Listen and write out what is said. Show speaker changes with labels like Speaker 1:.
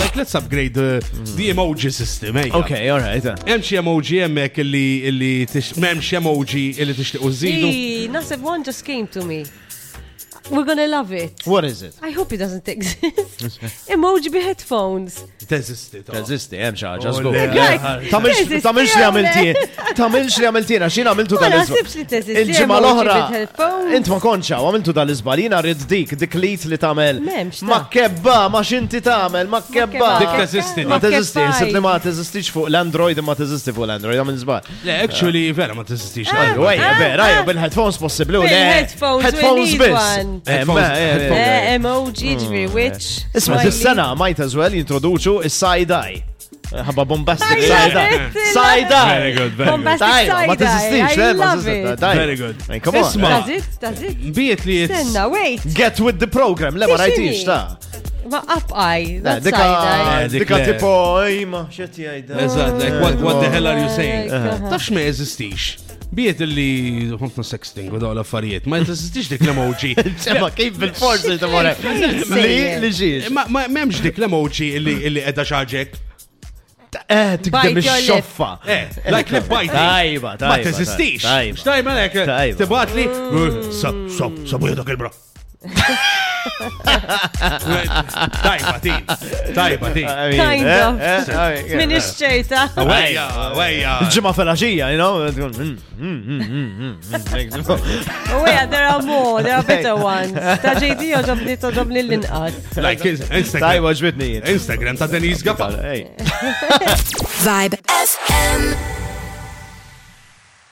Speaker 1: like let's upgrade the, the emoji system. ejja.
Speaker 2: Okay, all right.
Speaker 1: Hemm xi emoji hemmhekk illi illi tix- m'hemmx emoji illi tixtiequ żidu.
Speaker 3: Hey, Nasib one just came to me. We're gonna love it.
Speaker 2: What is it?
Speaker 3: I hope it doesn't exist. Emoji bi headphones.
Speaker 1: Teżisti. ta.
Speaker 2: Rezisti, hemm xi ħaġa, żgur.
Speaker 1: le.
Speaker 3: Guys,
Speaker 2: Tamilx
Speaker 3: teżisti,
Speaker 2: tamilx li
Speaker 3: għamle.
Speaker 2: għamiltien. Tamilx li għamiltien, għax jien għamiltu
Speaker 3: Ma
Speaker 2: dal-izbal.
Speaker 3: naħsibx li teżisti,
Speaker 2: Il-ġimgħa
Speaker 3: emoji
Speaker 2: l-oħra.
Speaker 3: bil-headphones.
Speaker 2: Int ma konċa, għamiltu dal-izbal. Jiena rrid dik, dik lit li tagħmel.
Speaker 3: M'hemmx ta.
Speaker 2: Ma kebba, ma x'inti tagħmel, ma kebba.
Speaker 3: kebba.
Speaker 1: Dik teżisti,
Speaker 2: Ma
Speaker 1: dik.
Speaker 2: teżisti,
Speaker 3: kebbaj.
Speaker 2: sitt li ma teżistix fuq l-Android ma teżisti fuq l-Android għamil iżbal.
Speaker 1: Le, actually, vera ma teżistix.
Speaker 3: Ah,
Speaker 1: l-Android.
Speaker 2: Għajja,
Speaker 3: ah,
Speaker 2: vera,
Speaker 3: ah.
Speaker 2: għajja, bil-headphones possibli u le.
Speaker 3: Bil-headphones, we need one.
Speaker 2: Eh, ma, eh, eh.
Speaker 1: Headphones,
Speaker 3: Eh, Emoji ġvi, which.
Speaker 2: Isma,
Speaker 3: smiley.
Speaker 2: dis-sena, might as well jintroduċu is-side-eye. Ħabba Eh, bombastic
Speaker 3: I love
Speaker 2: side-eye.
Speaker 3: it, I love
Speaker 1: Very
Speaker 2: Side-eye.
Speaker 1: good, very good.
Speaker 3: Bombastic
Speaker 2: Tajna, ma
Speaker 3: side-eye,
Speaker 2: teżistix,
Speaker 3: I
Speaker 2: le, ma
Speaker 3: love
Speaker 2: teżistix,
Speaker 3: it.
Speaker 2: tajna.
Speaker 1: Very good.
Speaker 2: Hey, come on.
Speaker 1: Isma.
Speaker 3: Does it? Does it?
Speaker 1: Biet li it's
Speaker 3: Senna, wait.
Speaker 2: Get with the program, le ma
Speaker 3: Tixini.
Speaker 2: rajtix, ta.
Speaker 3: Ma up
Speaker 2: Le,
Speaker 3: eye, that's side
Speaker 2: Dika,
Speaker 3: eye.
Speaker 1: Eh, dik
Speaker 2: dika
Speaker 1: le.
Speaker 2: tipo, ejma, xeti għajda.
Speaker 1: Eżat, like, what, what the hell are you saying?
Speaker 3: Eh,
Speaker 1: Tafx ma jeżistix. Biet li ħontna sexting u daw l-affarijiet, ma jeżistix dik l-emoji.
Speaker 2: Sema, kif bil-forsi ta' more. Li, li xiex.
Speaker 1: Ma ma- memx dik l-emoji illi illi edha xaġek.
Speaker 2: Eh,
Speaker 3: Bite
Speaker 2: tikdem
Speaker 3: your lip.
Speaker 2: il-xoffa.
Speaker 1: Eh, like li bajti.
Speaker 2: Tajba, tajba.
Speaker 1: Ma teżistix.
Speaker 2: tajba.
Speaker 1: Xtajma lek,
Speaker 2: Tajba.
Speaker 1: tibat li. Sab, sab, sabu jadok il-bra. Tajba tin, tajba tin.
Speaker 2: I mean,
Speaker 3: Kind
Speaker 2: eh,
Speaker 3: of.
Speaker 2: eh, I mean,
Speaker 3: Min
Speaker 2: eh.
Speaker 3: ixċejta.
Speaker 1: Wejja, wejja.
Speaker 2: Ġimma felaxija, you know? tkun, mm, mm, mm, mm, mm, mm.
Speaker 3: Oh yeah, there are more, there are better ones. Ta' JD oġobni toġobni l-inqas.
Speaker 1: Like Instagram.
Speaker 2: Tajba ġbitni. jien.
Speaker 1: Instagram ta' Denise Gaffa.
Speaker 2: Ej.
Speaker 4: Vibe FM.